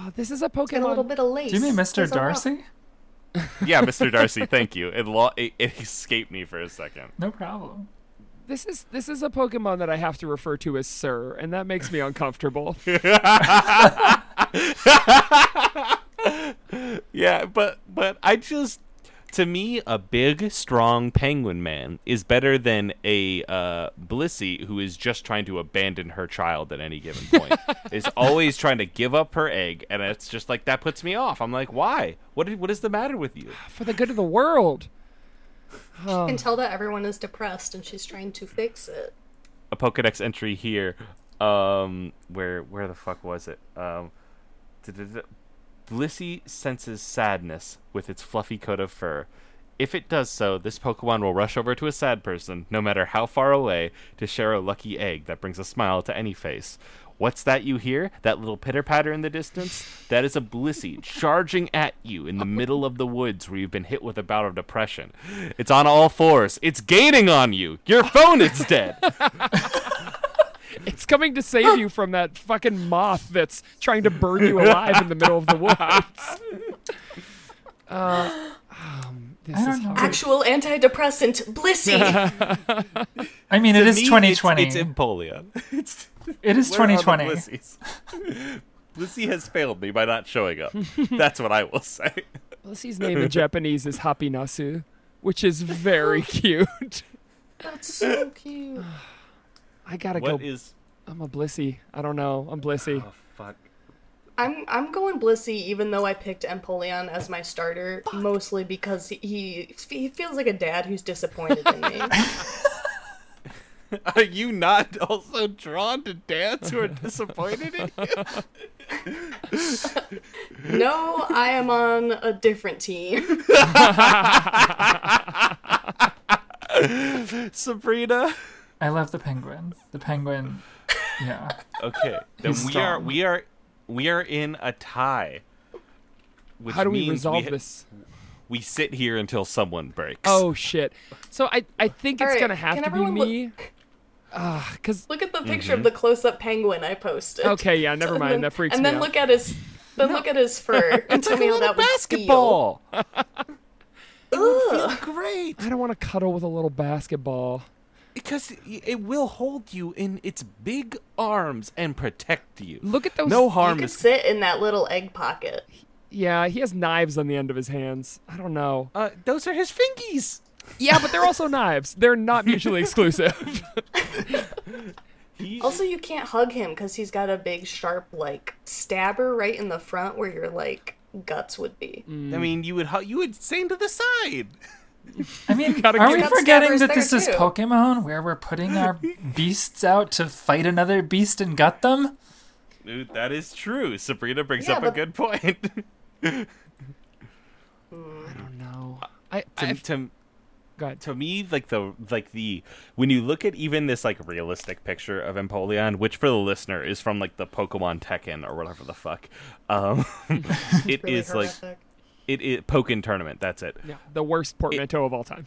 Speaker 3: Oh, this is a
Speaker 4: Get a little
Speaker 3: Pokemon.
Speaker 4: bit of lace.
Speaker 2: Do you mean Mr.
Speaker 4: It's all right.
Speaker 2: Darcy?
Speaker 1: yeah, Mr. Darcy, thank you. It, lo- it, it escaped me for a second.
Speaker 2: No problem.
Speaker 3: This is this is a Pokemon that I have to refer to as Sir, and that makes me
Speaker 4: [laughs]
Speaker 3: uncomfortable.
Speaker 1: Yeah, but but I just to me a big strong penguin man is better than a uh, Blissey who is just trying to abandon her child at any given point. is always trying to give up her egg, and it's just like that puts me off. I'm like, why? What did, what is the matter with you?
Speaker 3: For the good of the world.
Speaker 4: You can tell that everyone is depressed and she's trying to fix it.
Speaker 1: a Pokedex entry here. Um, where where the fuck was it? Um, duh-duh-duh. Blissey senses sadness with its fluffy coat of fur. If it does so, this Pokemon will rush over to a sad person, no matter how far away, to share a lucky egg that brings a smile to any face. What's that you hear? That little pitter patter in the distance? That is a Blissey charging at you in the middle of the woods where you've been hit with a bout of depression. It's on all fours. It's gaining on you. Your phone is dead.
Speaker 3: It's coming to save you from that fucking moth that's trying to burn you alive in the middle of
Speaker 1: [laughs]
Speaker 3: the woods. Uh, um, this
Speaker 2: I don't
Speaker 3: is
Speaker 2: know.
Speaker 3: hard.
Speaker 4: Actual
Speaker 2: [laughs]
Speaker 4: antidepressant, Blissey.
Speaker 2: I mean, it
Speaker 1: To
Speaker 2: is
Speaker 1: me, it's-
Speaker 2: 2020.
Speaker 1: It's, Empoleon. It's,
Speaker 2: it is
Speaker 1: where are the [laughs]
Speaker 2: 2020.
Speaker 1: Blissey's? Blissey has failed me by not showing up. That's what I will say.
Speaker 3: Blissey's name in Japanese is Hapinasu, which
Speaker 1: [laughs]
Speaker 3: is very cute.
Speaker 4: That's so cute.
Speaker 3: I gotta
Speaker 1: What
Speaker 3: go.
Speaker 1: is?
Speaker 3: I'm a Blissey. I don't know. I'm Blissey. [laughs]
Speaker 1: Oh fuck!
Speaker 4: I'm I'm going Blissey, even though I picked Empoleon as my starter, mostly because he, he he feels like a dad who's disappointed
Speaker 3: [laughs]
Speaker 4: in me.
Speaker 1: Are you not also drawn to dads who are disappointed in
Speaker 3: [laughs]
Speaker 1: you?
Speaker 4: no, I am on a different team.
Speaker 1: Sabrina.
Speaker 2: I love the penguin. The penguin. Yeah.
Speaker 1: Okay, then
Speaker 2: He's
Speaker 1: we are
Speaker 2: strong.
Speaker 1: we are we are in a tie. Which
Speaker 3: How do we
Speaker 1: means
Speaker 3: resolve
Speaker 1: ha-
Speaker 3: this?
Speaker 1: We sit here until someone breaks.
Speaker 3: Oh shit! So I I think it's
Speaker 4: Alright,
Speaker 3: gonna have
Speaker 4: can
Speaker 3: to be
Speaker 4: everyone look-
Speaker 3: me. Ah, cause
Speaker 4: Look at the picture
Speaker 1: Mm-hmm.
Speaker 4: of the close-up penguin I posted.
Speaker 3: okay, yeah, never
Speaker 4: And
Speaker 3: mind.
Speaker 4: then-
Speaker 3: that freaks
Speaker 4: And
Speaker 3: me
Speaker 4: then
Speaker 3: out.
Speaker 4: look at his. Then look at
Speaker 3: [laughs]
Speaker 4: his fur and tell me how that would feel. Ugh.
Speaker 1: [laughs] Great,
Speaker 3: I don't want to cuddle with a little basketball.
Speaker 1: because it will hold you in its big arms and protect you.
Speaker 3: Look at those.
Speaker 1: no
Speaker 4: You
Speaker 1: harm
Speaker 4: could
Speaker 1: is.
Speaker 4: sit in that little egg pocket.
Speaker 3: Yeah, he has knives on the end of his hands. I don't know.
Speaker 1: Uh, those are his fingies.
Speaker 3: Yeah, but they're [laughs] also knives. They're not [laughs] mutually exclusive.
Speaker 1: He,
Speaker 4: Also, you can't hug him because he's got a big, sharp, like stabber right in the front where your like guts would be.
Speaker 1: I mean, you would hu- you would stand to the side.
Speaker 2: I mean,
Speaker 3: gotta
Speaker 2: are
Speaker 3: get-
Speaker 2: we
Speaker 4: That's
Speaker 2: forgetting
Speaker 4: Stabber's
Speaker 2: that this
Speaker 4: there,
Speaker 2: is
Speaker 4: too.
Speaker 2: Pokemon, where we're putting our beasts out to fight another beast and gut them?
Speaker 1: Dude, that is true. Sabrina brings
Speaker 4: Yeah,
Speaker 1: up a
Speaker 4: but-
Speaker 1: good point. [laughs]
Speaker 3: I don't know. I,
Speaker 1: to,
Speaker 3: I've-
Speaker 1: to,
Speaker 3: go ahead.
Speaker 1: to me like the like the when you look at even this like realistic picture of Empoleon, which for the listener is from like the Pokemon Tekken or whatever the fuck, um, [laughs] it
Speaker 4: Really
Speaker 1: is like
Speaker 4: horrific.
Speaker 1: it is Pokken tournament. That's it.
Speaker 3: Yeah, the worst portmanteau of all time.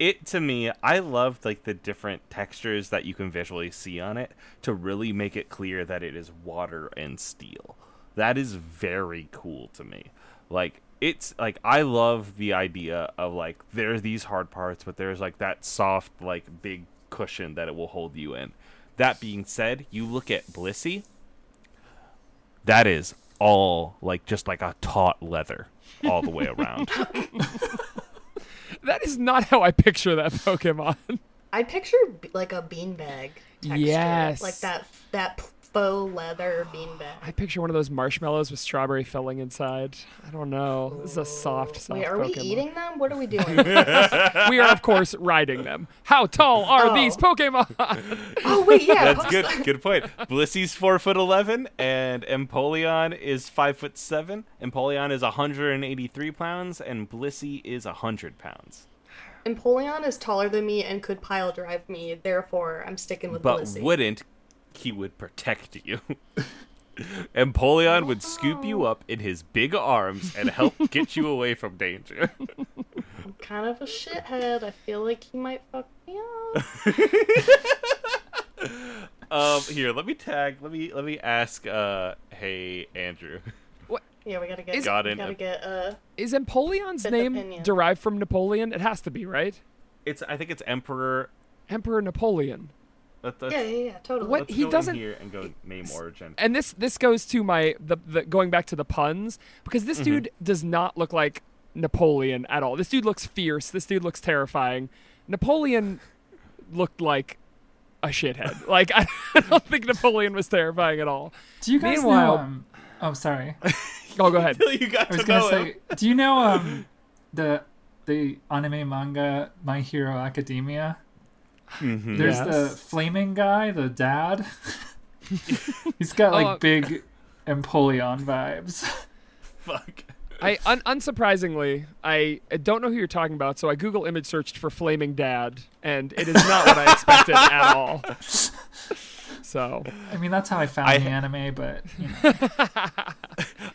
Speaker 1: It to me, I loved like the different textures that you can visually see on it to really make it clear that it is water and steel. That is very cool to me. Like it's like I love the idea of like there's these hard parts, but there's like that soft like big cushion that it will hold you in. That being said, you look at Blissey, that is all like just like a taut leather all the way around.
Speaker 3: That is not how I picture that Pokemon.
Speaker 4: I picture b- like a beanbag. texture,
Speaker 3: Yes.
Speaker 4: Like that that p- faux leather beanbag.
Speaker 3: [laughs] I picture one of those marshmallows with strawberry filling inside. I don't know. This is a soft, soft
Speaker 4: Wait, are we
Speaker 3: Pokemon.
Speaker 4: eating them? What are we doing?
Speaker 1: [laughs]
Speaker 3: We are, of course, riding them. How tall are
Speaker 4: Oh.
Speaker 3: these Pokemon?
Speaker 4: [laughs] oh wait, yeah.
Speaker 1: [laughs] That's
Speaker 4: post-
Speaker 1: good. Good point. Blissey's four foot eleven, and Empoleon is five foot seven. Empoleon is hundred and eighty three pounds, and Blissey is hundred pounds.
Speaker 4: [laughs] Empoleon is taller than me and could pile drive me. Therefore, I'm sticking with
Speaker 1: But
Speaker 4: Blissey.
Speaker 1: wouldn't he would protect you? [laughs] Empoleon would scoop you up in his big arms and [laughs] help get you away from danger.
Speaker 4: I'm kind of a shithead. I feel like he might fuck me
Speaker 1: [laughs]
Speaker 4: up.
Speaker 1: Um, [laughs] here, let me tag. Let me let me ask. Uh, hey, Andrew.
Speaker 4: Yeah, we gotta get.
Speaker 3: Is-
Speaker 1: Got
Speaker 4: we
Speaker 1: it.
Speaker 4: Gotta get. Uh,
Speaker 3: Is Empoleon's
Speaker 4: Fifth
Speaker 3: name
Speaker 4: opinion.
Speaker 3: derived from Napoleon? It has to be, right?
Speaker 1: It's I think it's Emperor.
Speaker 3: Emperor Napoleon.
Speaker 1: Let, let's,
Speaker 4: yeah, yeah, yeah, totally.
Speaker 3: What-
Speaker 1: let's
Speaker 3: He
Speaker 1: go
Speaker 3: doesn't-
Speaker 1: in here and go name origin.
Speaker 3: And this this goes to my the, the going back to the puns because this dude does not look like Napoleon at all. This dude looks fierce. This dude looks terrifying. Napoleon looked like a shithead. Like I, I don't think Napoleon was terrifying at all.
Speaker 2: Do you guys
Speaker 3: Meanwhile-
Speaker 2: know? Um, oh, sorry.
Speaker 3: Oh, go
Speaker 1: [laughs]
Speaker 3: ahead.
Speaker 1: you got
Speaker 2: I was
Speaker 1: to
Speaker 2: gonna
Speaker 1: know
Speaker 2: say, do you know um, the the anime manga My Hero Academia? There's the
Speaker 3: Yes.
Speaker 2: flaming guy, the dad. He's got like
Speaker 3: Oh.
Speaker 2: big Empoleon vibes.
Speaker 1: Fuck.
Speaker 3: I un- unsurprisingly, I I don't know who you're talking about, so I Google image searched for flaming dad, and it is not what I expected at all. So
Speaker 2: I mean, that's how I found
Speaker 1: I-
Speaker 2: the anime, but you know.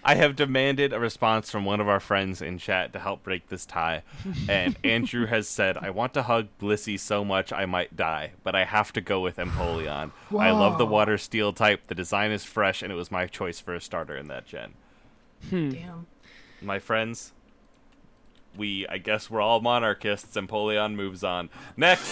Speaker 1: I have demanded a response from one of our friends in chat to help break this tie, and Andrew has said, "I want to hug Blissey so much I might die, but I have to go with Empoleon. I love the
Speaker 2: Wow.
Speaker 1: water steel type. The design is fresh, and it was my choice for a starter in that gen." Mm.
Speaker 4: Damn.
Speaker 1: My friends, we I guess we're all monarchists. Empoleon moves on. Next,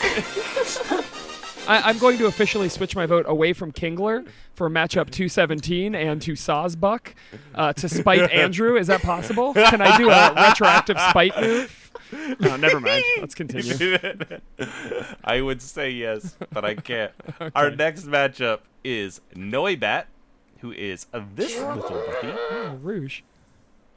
Speaker 3: I, I'm going to officially switch my vote away from Kingler for matchup 217 and to Sawsbuck uh, to spite Andrew. Is that possible? Can I do a retroactive spite move? No, never mind. Let's continue.
Speaker 1: [laughs] I would say yes, but I can't. Our next matchup is Noibat, who is this little buddy.
Speaker 3: [laughs] Oh, Rouge.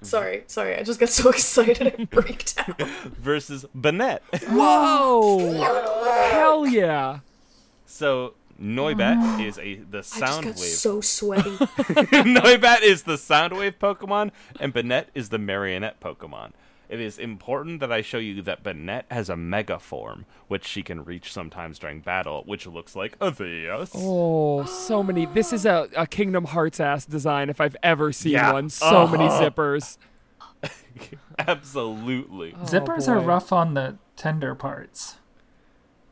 Speaker 4: Sorry, sorry. I just got so [laughs] excited
Speaker 1: [laughs]
Speaker 4: I freaked out.
Speaker 1: versus Bennett. [laughs]
Speaker 3: Whoa! Oh, Hell yeah!
Speaker 1: so Noibat is a the
Speaker 4: Oh. I just
Speaker 1: sound
Speaker 4: got
Speaker 1: wave. [laughs]
Speaker 4: so sweaty.
Speaker 1: Noibat is the sound wave Pokemon, and Bennett is the marionette Pokemon. It is important that I show you that Bennett has a mega form, which she can reach sometimes during battle, which looks like a Theos.
Speaker 3: Oh, so many. This is a, a Kingdom Hearts ass design if I've ever seen
Speaker 1: Yeah.
Speaker 3: one. So many
Speaker 1: Uh-huh.
Speaker 3: zippers.
Speaker 1: [laughs] Absolutely
Speaker 2: zippers are
Speaker 3: Oh, boy.
Speaker 2: rough on the tender parts.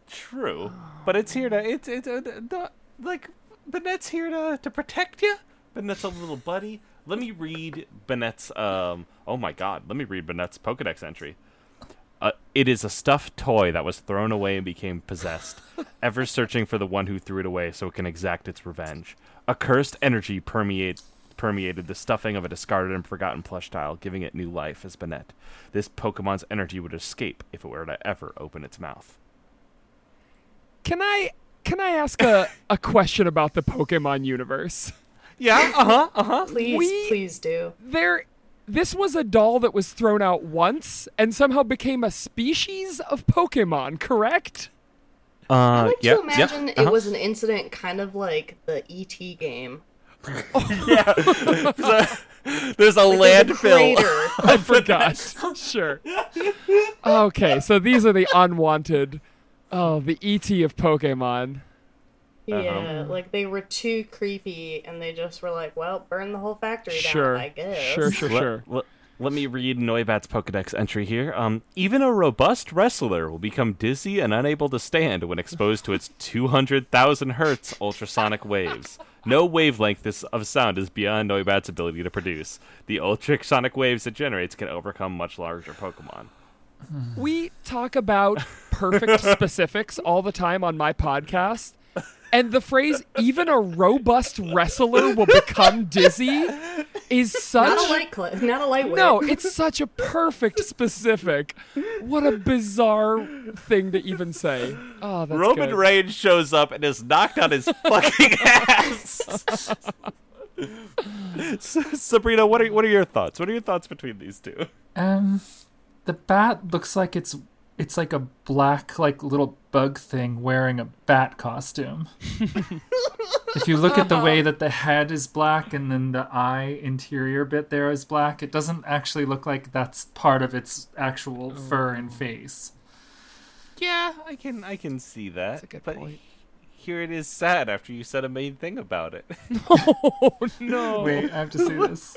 Speaker 1: true, but it's here to it's it's uh, the, the- like Bennett's here to to protect you. Bennett's a little buddy. Let me read Bennett's um. Oh my God, let me read Bennett's Pokedex entry. Uh, it is a stuffed toy that was thrown away and became [laughs] possessed, ever searching for the one who threw it away so it can exact its revenge. A cursed energy permeate, permeated the stuffing of a discarded and forgotten plush tile, giving it new life as Banette. This Pokemon's energy would escape if it were to ever open its mouth.
Speaker 3: Can I can I ask a, a question about the Pokemon universe?
Speaker 1: Yeah, uh huh.
Speaker 4: Please,
Speaker 3: We-
Speaker 4: please do.
Speaker 3: There this was a doll that was thrown out once and somehow became a species of Pokemon, correct?
Speaker 1: Uh,
Speaker 4: I like
Speaker 1: yeah,
Speaker 4: to imagine
Speaker 1: yeah,
Speaker 4: it
Speaker 1: uh-huh.
Speaker 4: was an incident kind of like the ET game.
Speaker 1: There's a
Speaker 4: There's a
Speaker 1: landfill.
Speaker 4: crater.
Speaker 3: [laughs] I forgot. sure. Okay, so these are the unwanted Oh, the ET of Pokemon.
Speaker 1: Uh-huh.
Speaker 4: Yeah, like they were too creepy, and they just were like, "Well, burn the whole factory down."
Speaker 3: Sure.
Speaker 4: I guess.
Speaker 3: Sure, sure,
Speaker 1: Let-
Speaker 3: sure.
Speaker 1: let- let me read Noibat's Pokedex entry here. Um, even a robust wrestler will become dizzy and unable to stand when exposed to
Speaker 4: [laughs]
Speaker 1: its 200,000 hertz ultrasonic waves. No wavelength this, of sound is beyond Noibat's ability to produce. The ultrasonic waves it generates can overcome much larger Pokemon.
Speaker 3: We talk about perfect specifics all the time on my podcast. And the phrase, even a robust wrestler will become dizzy, is
Speaker 4: Not a
Speaker 3: such.
Speaker 4: light clip. [laughs] Not a lightweight.
Speaker 3: No, it's such a perfect specific. What a bizarre thing to even say. Oh, that's
Speaker 1: Roman
Speaker 3: good.
Speaker 1: Reigns shows up and is knocked on his [laughs] fucking ass. S- Sabrina, what are what are your thoughts? What are your thoughts between these two?
Speaker 2: Um, the bat looks like it's it's like a black like little bug thing wearing a bat costume. if you look at the way that the head is black and then the eye interior bit there is black, it doesn't actually look like that's part of its actual fur
Speaker 1: Oh.
Speaker 2: and face.
Speaker 1: Yeah, I can I can see that. That's
Speaker 3: a good
Speaker 1: but
Speaker 3: point.
Speaker 1: Here it is sad after you said a main thing about it.
Speaker 3: [laughs] Oh, no.
Speaker 2: Wait, I
Speaker 1: [laughs]
Speaker 2: have to see this.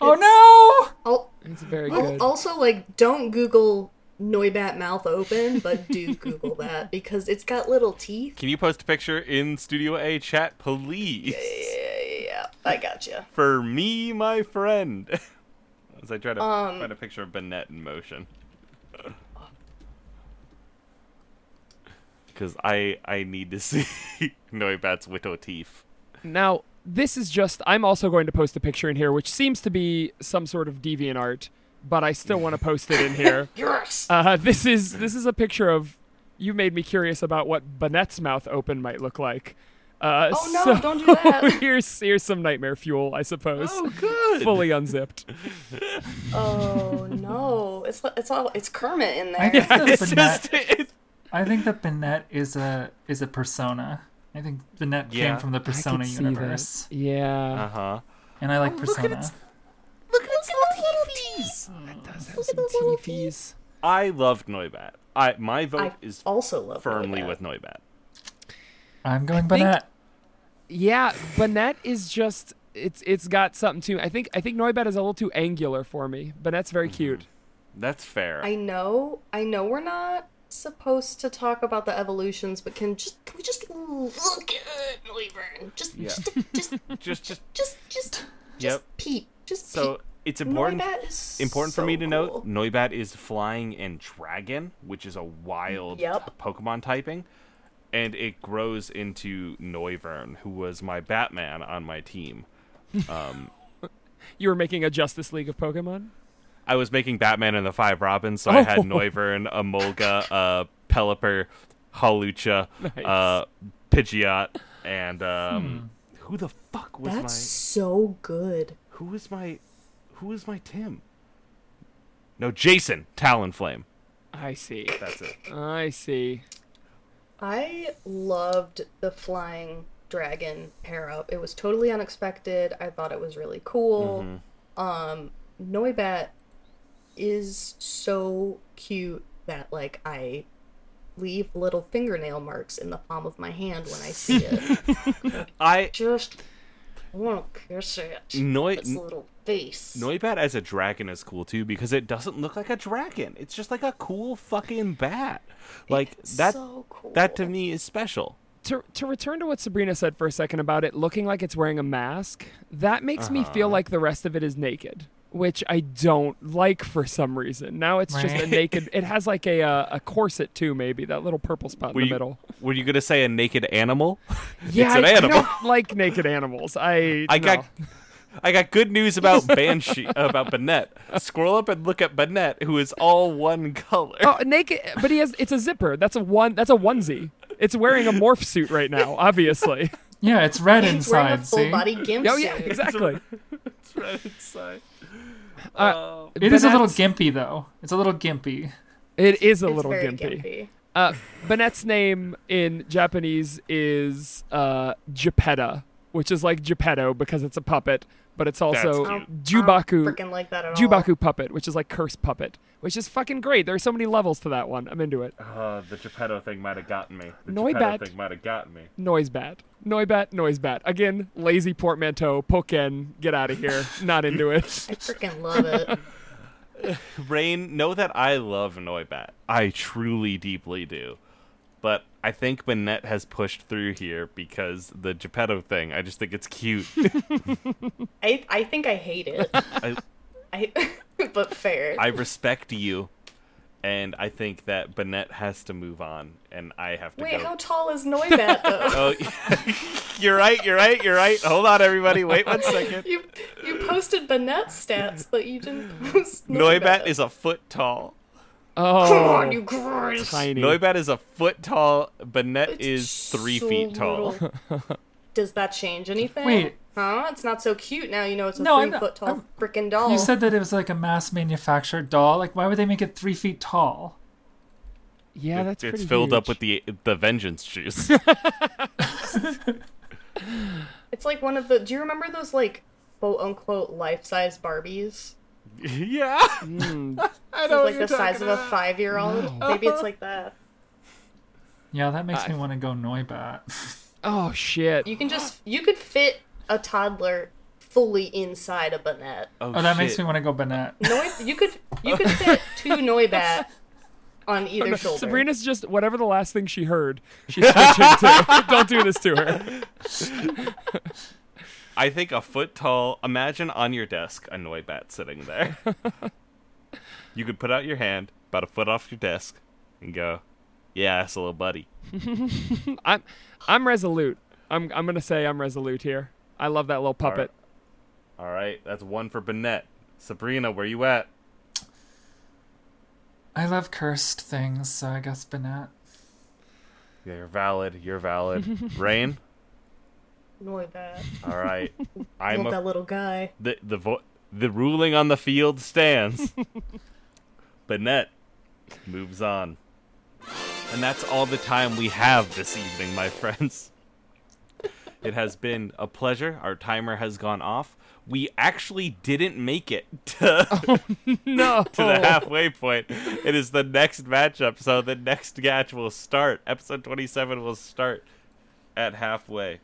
Speaker 2: oh
Speaker 4: Al-
Speaker 3: It's very
Speaker 4: al-
Speaker 3: good.
Speaker 4: also, like, don't Google Noibat mouth open, but do Google that because it's got little teeth.
Speaker 1: Can you post a picture in Studio A chat, please?
Speaker 4: Yeah, yeah, I gotcha.
Speaker 1: For me, my friend. [laughs] As I try to find a picture of Bennett in [laughs] motion. Because I I need to [laughs] see Noibat's Widow Teeth.
Speaker 3: Now, this is just. I'm also going to post a picture in here, which seems to be some sort of deviant art, but I still want to post it in here.
Speaker 4: Yes.
Speaker 3: Uh, this is this is a picture of. You made me curious about what Banette's mouth open might look like. Uh,
Speaker 4: Oh, no,
Speaker 3: so
Speaker 4: don't do that.
Speaker 3: [laughs] here's here's some nightmare fuel, I suppose.
Speaker 1: good.
Speaker 3: Fully unzipped.
Speaker 4: oh no, it's it's all it's Kermit in
Speaker 2: no! I
Speaker 4: there.
Speaker 2: think that
Speaker 1: It's
Speaker 2: Banette,
Speaker 1: just [laughs] it,
Speaker 2: I think that Banette is a is a persona. I think Banette
Speaker 1: Yeah,
Speaker 2: came from the Persona universe.
Speaker 3: Yeah.
Speaker 1: uh huh.
Speaker 2: And I like Persona.
Speaker 1: its- Look at its little
Speaker 3: have some TVs.
Speaker 1: I loved Noibat. I my vote
Speaker 4: I
Speaker 1: is
Speaker 4: also love
Speaker 1: firmly
Speaker 4: Noibat.
Speaker 1: with Noibat.
Speaker 2: I'm going
Speaker 3: think-
Speaker 2: banana.
Speaker 3: Yeah, Banette is just it's it's got something to I think I think Noibat is a little too angular for me. Banette's very cute.
Speaker 1: That's fair.
Speaker 4: I know, I know, we're not supposed to talk about the evolutions, but can just can we just look at Noivern? Just,
Speaker 1: Yeah. [laughs]
Speaker 4: just, just,
Speaker 1: just just
Speaker 4: just, just,
Speaker 1: Yep.
Speaker 4: just peep. Just
Speaker 1: so
Speaker 4: peep.
Speaker 1: it's important
Speaker 4: Noibat is
Speaker 1: important for
Speaker 4: so
Speaker 1: me to note
Speaker 4: cool.
Speaker 1: Noibat is flying and dragon, which is a wild
Speaker 4: Yep.
Speaker 1: Pokemon typing. And it grows into Noivern, who was my Batman on my team.
Speaker 3: You were making a Justice League of Pokemon?
Speaker 1: I was making Batman and the Five Robins, so I had
Speaker 3: Oh. [laughs]
Speaker 1: Noivern, Emolga, uh, Pelipper, Halucha,
Speaker 3: Nice. Hmm.
Speaker 1: uh, Pidgeot, and um, who the fuck was
Speaker 4: That's so good.
Speaker 1: my who was my who was my Tim? No, Jason Talonflame.
Speaker 3: I see.
Speaker 1: That's it.
Speaker 3: I see.
Speaker 4: I loved the flying dragon pair up. It was totally unexpected. I thought it was really cool.
Speaker 3: Mm-hmm.
Speaker 4: Um, Noibat is so cute that like I leave little fingernail marks in the palm of my hand when I see
Speaker 3: [laughs]
Speaker 4: it.
Speaker 1: I
Speaker 4: Just want to kiss it.
Speaker 1: Noi
Speaker 4: Its little face.
Speaker 1: Noibat as a dragon is cool too because it doesn't look like a dragon. It's just like a cool fucking bat. Like that
Speaker 4: so cool.
Speaker 1: that to me is special.
Speaker 3: to, to return to what Sabrina said for a second about it looking like it's wearing a mask, that makes me feel like the rest of it is naked, which I don't like for some reason. Now it's just a
Speaker 2: Right.
Speaker 3: naked. It has like a uh, a corset too, maybe that little purple spot in
Speaker 1: Were
Speaker 3: the
Speaker 1: you,
Speaker 3: middle.
Speaker 1: were you gonna say a naked animal? [laughs]
Speaker 3: Yeah,
Speaker 1: an
Speaker 3: I, I
Speaker 1: animal.
Speaker 3: don't [laughs] like naked animals. I
Speaker 1: I
Speaker 3: no.
Speaker 1: got I got good news about Banshee about Banette. Scroll up and look at Banette, who is all one color.
Speaker 3: oh naked, but he has. It's a zipper. That's a one. That's a onesie. It's wearing a morph suit right [laughs] now, obviously.
Speaker 2: Yeah, it's red
Speaker 4: He's wearing a
Speaker 2: inside.
Speaker 4: full
Speaker 2: See,
Speaker 4: body gimp
Speaker 3: Oh yeah,
Speaker 4: suit.
Speaker 3: exactly.
Speaker 1: It's right inside.
Speaker 3: Uh,
Speaker 2: it is a little
Speaker 3: Banette's-
Speaker 2: gimpy though. It's a little gimpy.
Speaker 3: It is a
Speaker 4: It's
Speaker 3: little
Speaker 4: very
Speaker 3: gimpy. Uh, Banette's name in Japanese is uh, Geppetta, which is like Geppetto because it's a puppet, but it's also
Speaker 1: That's
Speaker 4: I
Speaker 3: Jubaku
Speaker 4: don't freaking like that at all.
Speaker 3: Jubaku puppet, which is like curse puppet, which is fucking great. There are so many levels to that one. I'm into it.
Speaker 1: Uh, the Geppetto thing might have gotten me. The
Speaker 3: Noibat. Geppetto thing
Speaker 1: might have gotten me.
Speaker 3: Noise bat, noibat, noise bat. Again, lazy portmanteau, poken. Get out of here. Not into
Speaker 1: [laughs]
Speaker 3: it.
Speaker 4: I freaking love it.
Speaker 1: Rain, know that I love Noibat. I truly, deeply do. But I think Banette has pushed through here because the Geppetto thing. I just think it's cute.
Speaker 4: [laughs] I I think I hate it.
Speaker 1: I,
Speaker 4: [laughs] I but fair.
Speaker 1: I respect you, and I think that Banette has to move on, and I have to
Speaker 4: Wait,
Speaker 1: go.
Speaker 4: how tall is Noibat though?
Speaker 1: [laughs] Oh, you're right. You're right. You're right. Hold on, everybody. Wait one
Speaker 3: Oh,
Speaker 4: [laughs]
Speaker 1: second.
Speaker 4: [laughs] you you posted Banette stats, but you didn't
Speaker 1: [laughs]
Speaker 4: post
Speaker 1: Noibat is a foot tall.
Speaker 4: [laughs] Come on,
Speaker 3: Oh,
Speaker 4: you guys.
Speaker 3: tiny.
Speaker 1: Noibat is a foot tall. Banette
Speaker 4: It's
Speaker 1: is three
Speaker 4: so
Speaker 1: feet tall.
Speaker 4: little.
Speaker 1: [laughs]
Speaker 4: Does that change anything?
Speaker 2: Wait.
Speaker 4: Huh? It's not so cute now. You know it's a
Speaker 2: No, I'm
Speaker 4: three foot
Speaker 2: not-
Speaker 4: tall freaking doll.
Speaker 2: You said that it was like a mass manufactured doll. Like, why would they make it three feet tall?
Speaker 3: Yeah, that's
Speaker 1: it's
Speaker 3: pretty
Speaker 1: filled up
Speaker 3: huge.
Speaker 1: with the the vengeance
Speaker 3: [laughs]
Speaker 1: juice. [laughs]
Speaker 4: it's like one of the. Do you remember those like quote unquote life size Barbies?
Speaker 1: yeah.
Speaker 3: Hmm.
Speaker 1: I
Speaker 4: It
Speaker 1: know what
Speaker 4: was, like
Speaker 1: you're
Speaker 4: the size
Speaker 1: talking
Speaker 4: of a
Speaker 1: about.
Speaker 4: five year old. Maybe it's like that.
Speaker 2: Yeah, that makes me want to go Noibat.
Speaker 3: Oh
Speaker 4: [laughs]
Speaker 3: shit.
Speaker 4: You can just you could fit a toddler fully inside a banette.
Speaker 2: Oh, that makes me want to go Banette.
Speaker 4: Noi, you could you
Speaker 1: [laughs]
Speaker 4: could fit two Noibat on either shoulder.
Speaker 3: Sabrina's just whatever the last thing she heard, she's switching
Speaker 1: [laughs]
Speaker 3: to. Don't do this to her.
Speaker 1: I think a foot tall. Imagine on your desk a Noibat sitting there. you could put out your hand about a foot off your desk and go, "Yeah, that's a little buddy."
Speaker 3: I'm I'm resolute. I'm I'm gonna say I'm resolute here. I love that little puppet.
Speaker 1: All right, that's one for Banette. Sabrina, where you at?
Speaker 2: I love cursed things, so I guess Banette.
Speaker 1: Yeah, you're valid. You're valid. Rain.
Speaker 4: Noibat.
Speaker 1: All right.
Speaker 4: I
Speaker 1: I'm
Speaker 4: want
Speaker 1: a,
Speaker 4: that little guy.
Speaker 1: the the vo- the ruling on the field stands. Bennett moves on, and that's all the time we have this evening, my friends. It has been a pleasure. Our timer has gone off. we actually didn't make it [laughs] to, [laughs]
Speaker 3: No.
Speaker 1: to the halfway point. It is the next matchup, so the next match will start. Episode 27 will start at halfway.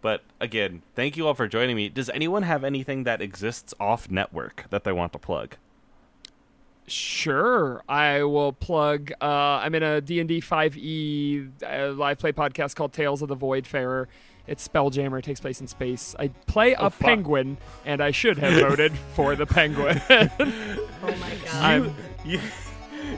Speaker 1: But again, thank you all for joining me. Does anyone have anything that exists off network that they want to plug?
Speaker 3: Sure, I will plug. Uh, I'm in a D&D 5e uh, live play podcast called Tales of the Voidfarer. It's Spelljammer. It takes place in space. I play a
Speaker 1: fuck.
Speaker 3: penguin, and I should have voted for the penguin.
Speaker 4: Oh
Speaker 1: [laughs]
Speaker 4: my god.
Speaker 3: I'm,
Speaker 1: You,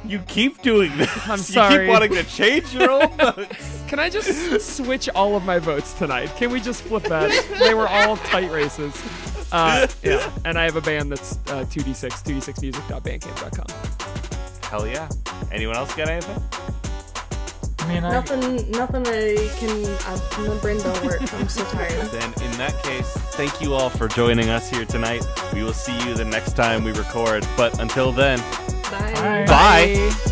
Speaker 1: you keep doing [laughs] this.
Speaker 3: I'm
Speaker 1: You
Speaker 3: sorry.
Speaker 1: keep wanting to change your [laughs] own votes.
Speaker 3: can I just switch all of my votes tonight? Can we just flip that? They were all tight races. Uh, yeah, and I have a band that's uh, 2d6, 2d6music.bandcamp.com.
Speaker 1: Hell yeah. Anyone else got anything?
Speaker 2: I mean, I,
Speaker 4: Nothing, nothing I can. I, my brain don't work. I'm so
Speaker 1: [laughs]
Speaker 4: tired.
Speaker 1: Then, in that case, thank you all for joining us here tonight. We will see you the next time we record. But until then,
Speaker 4: Bye.
Speaker 1: bye.
Speaker 2: Bye.
Speaker 3: Bye.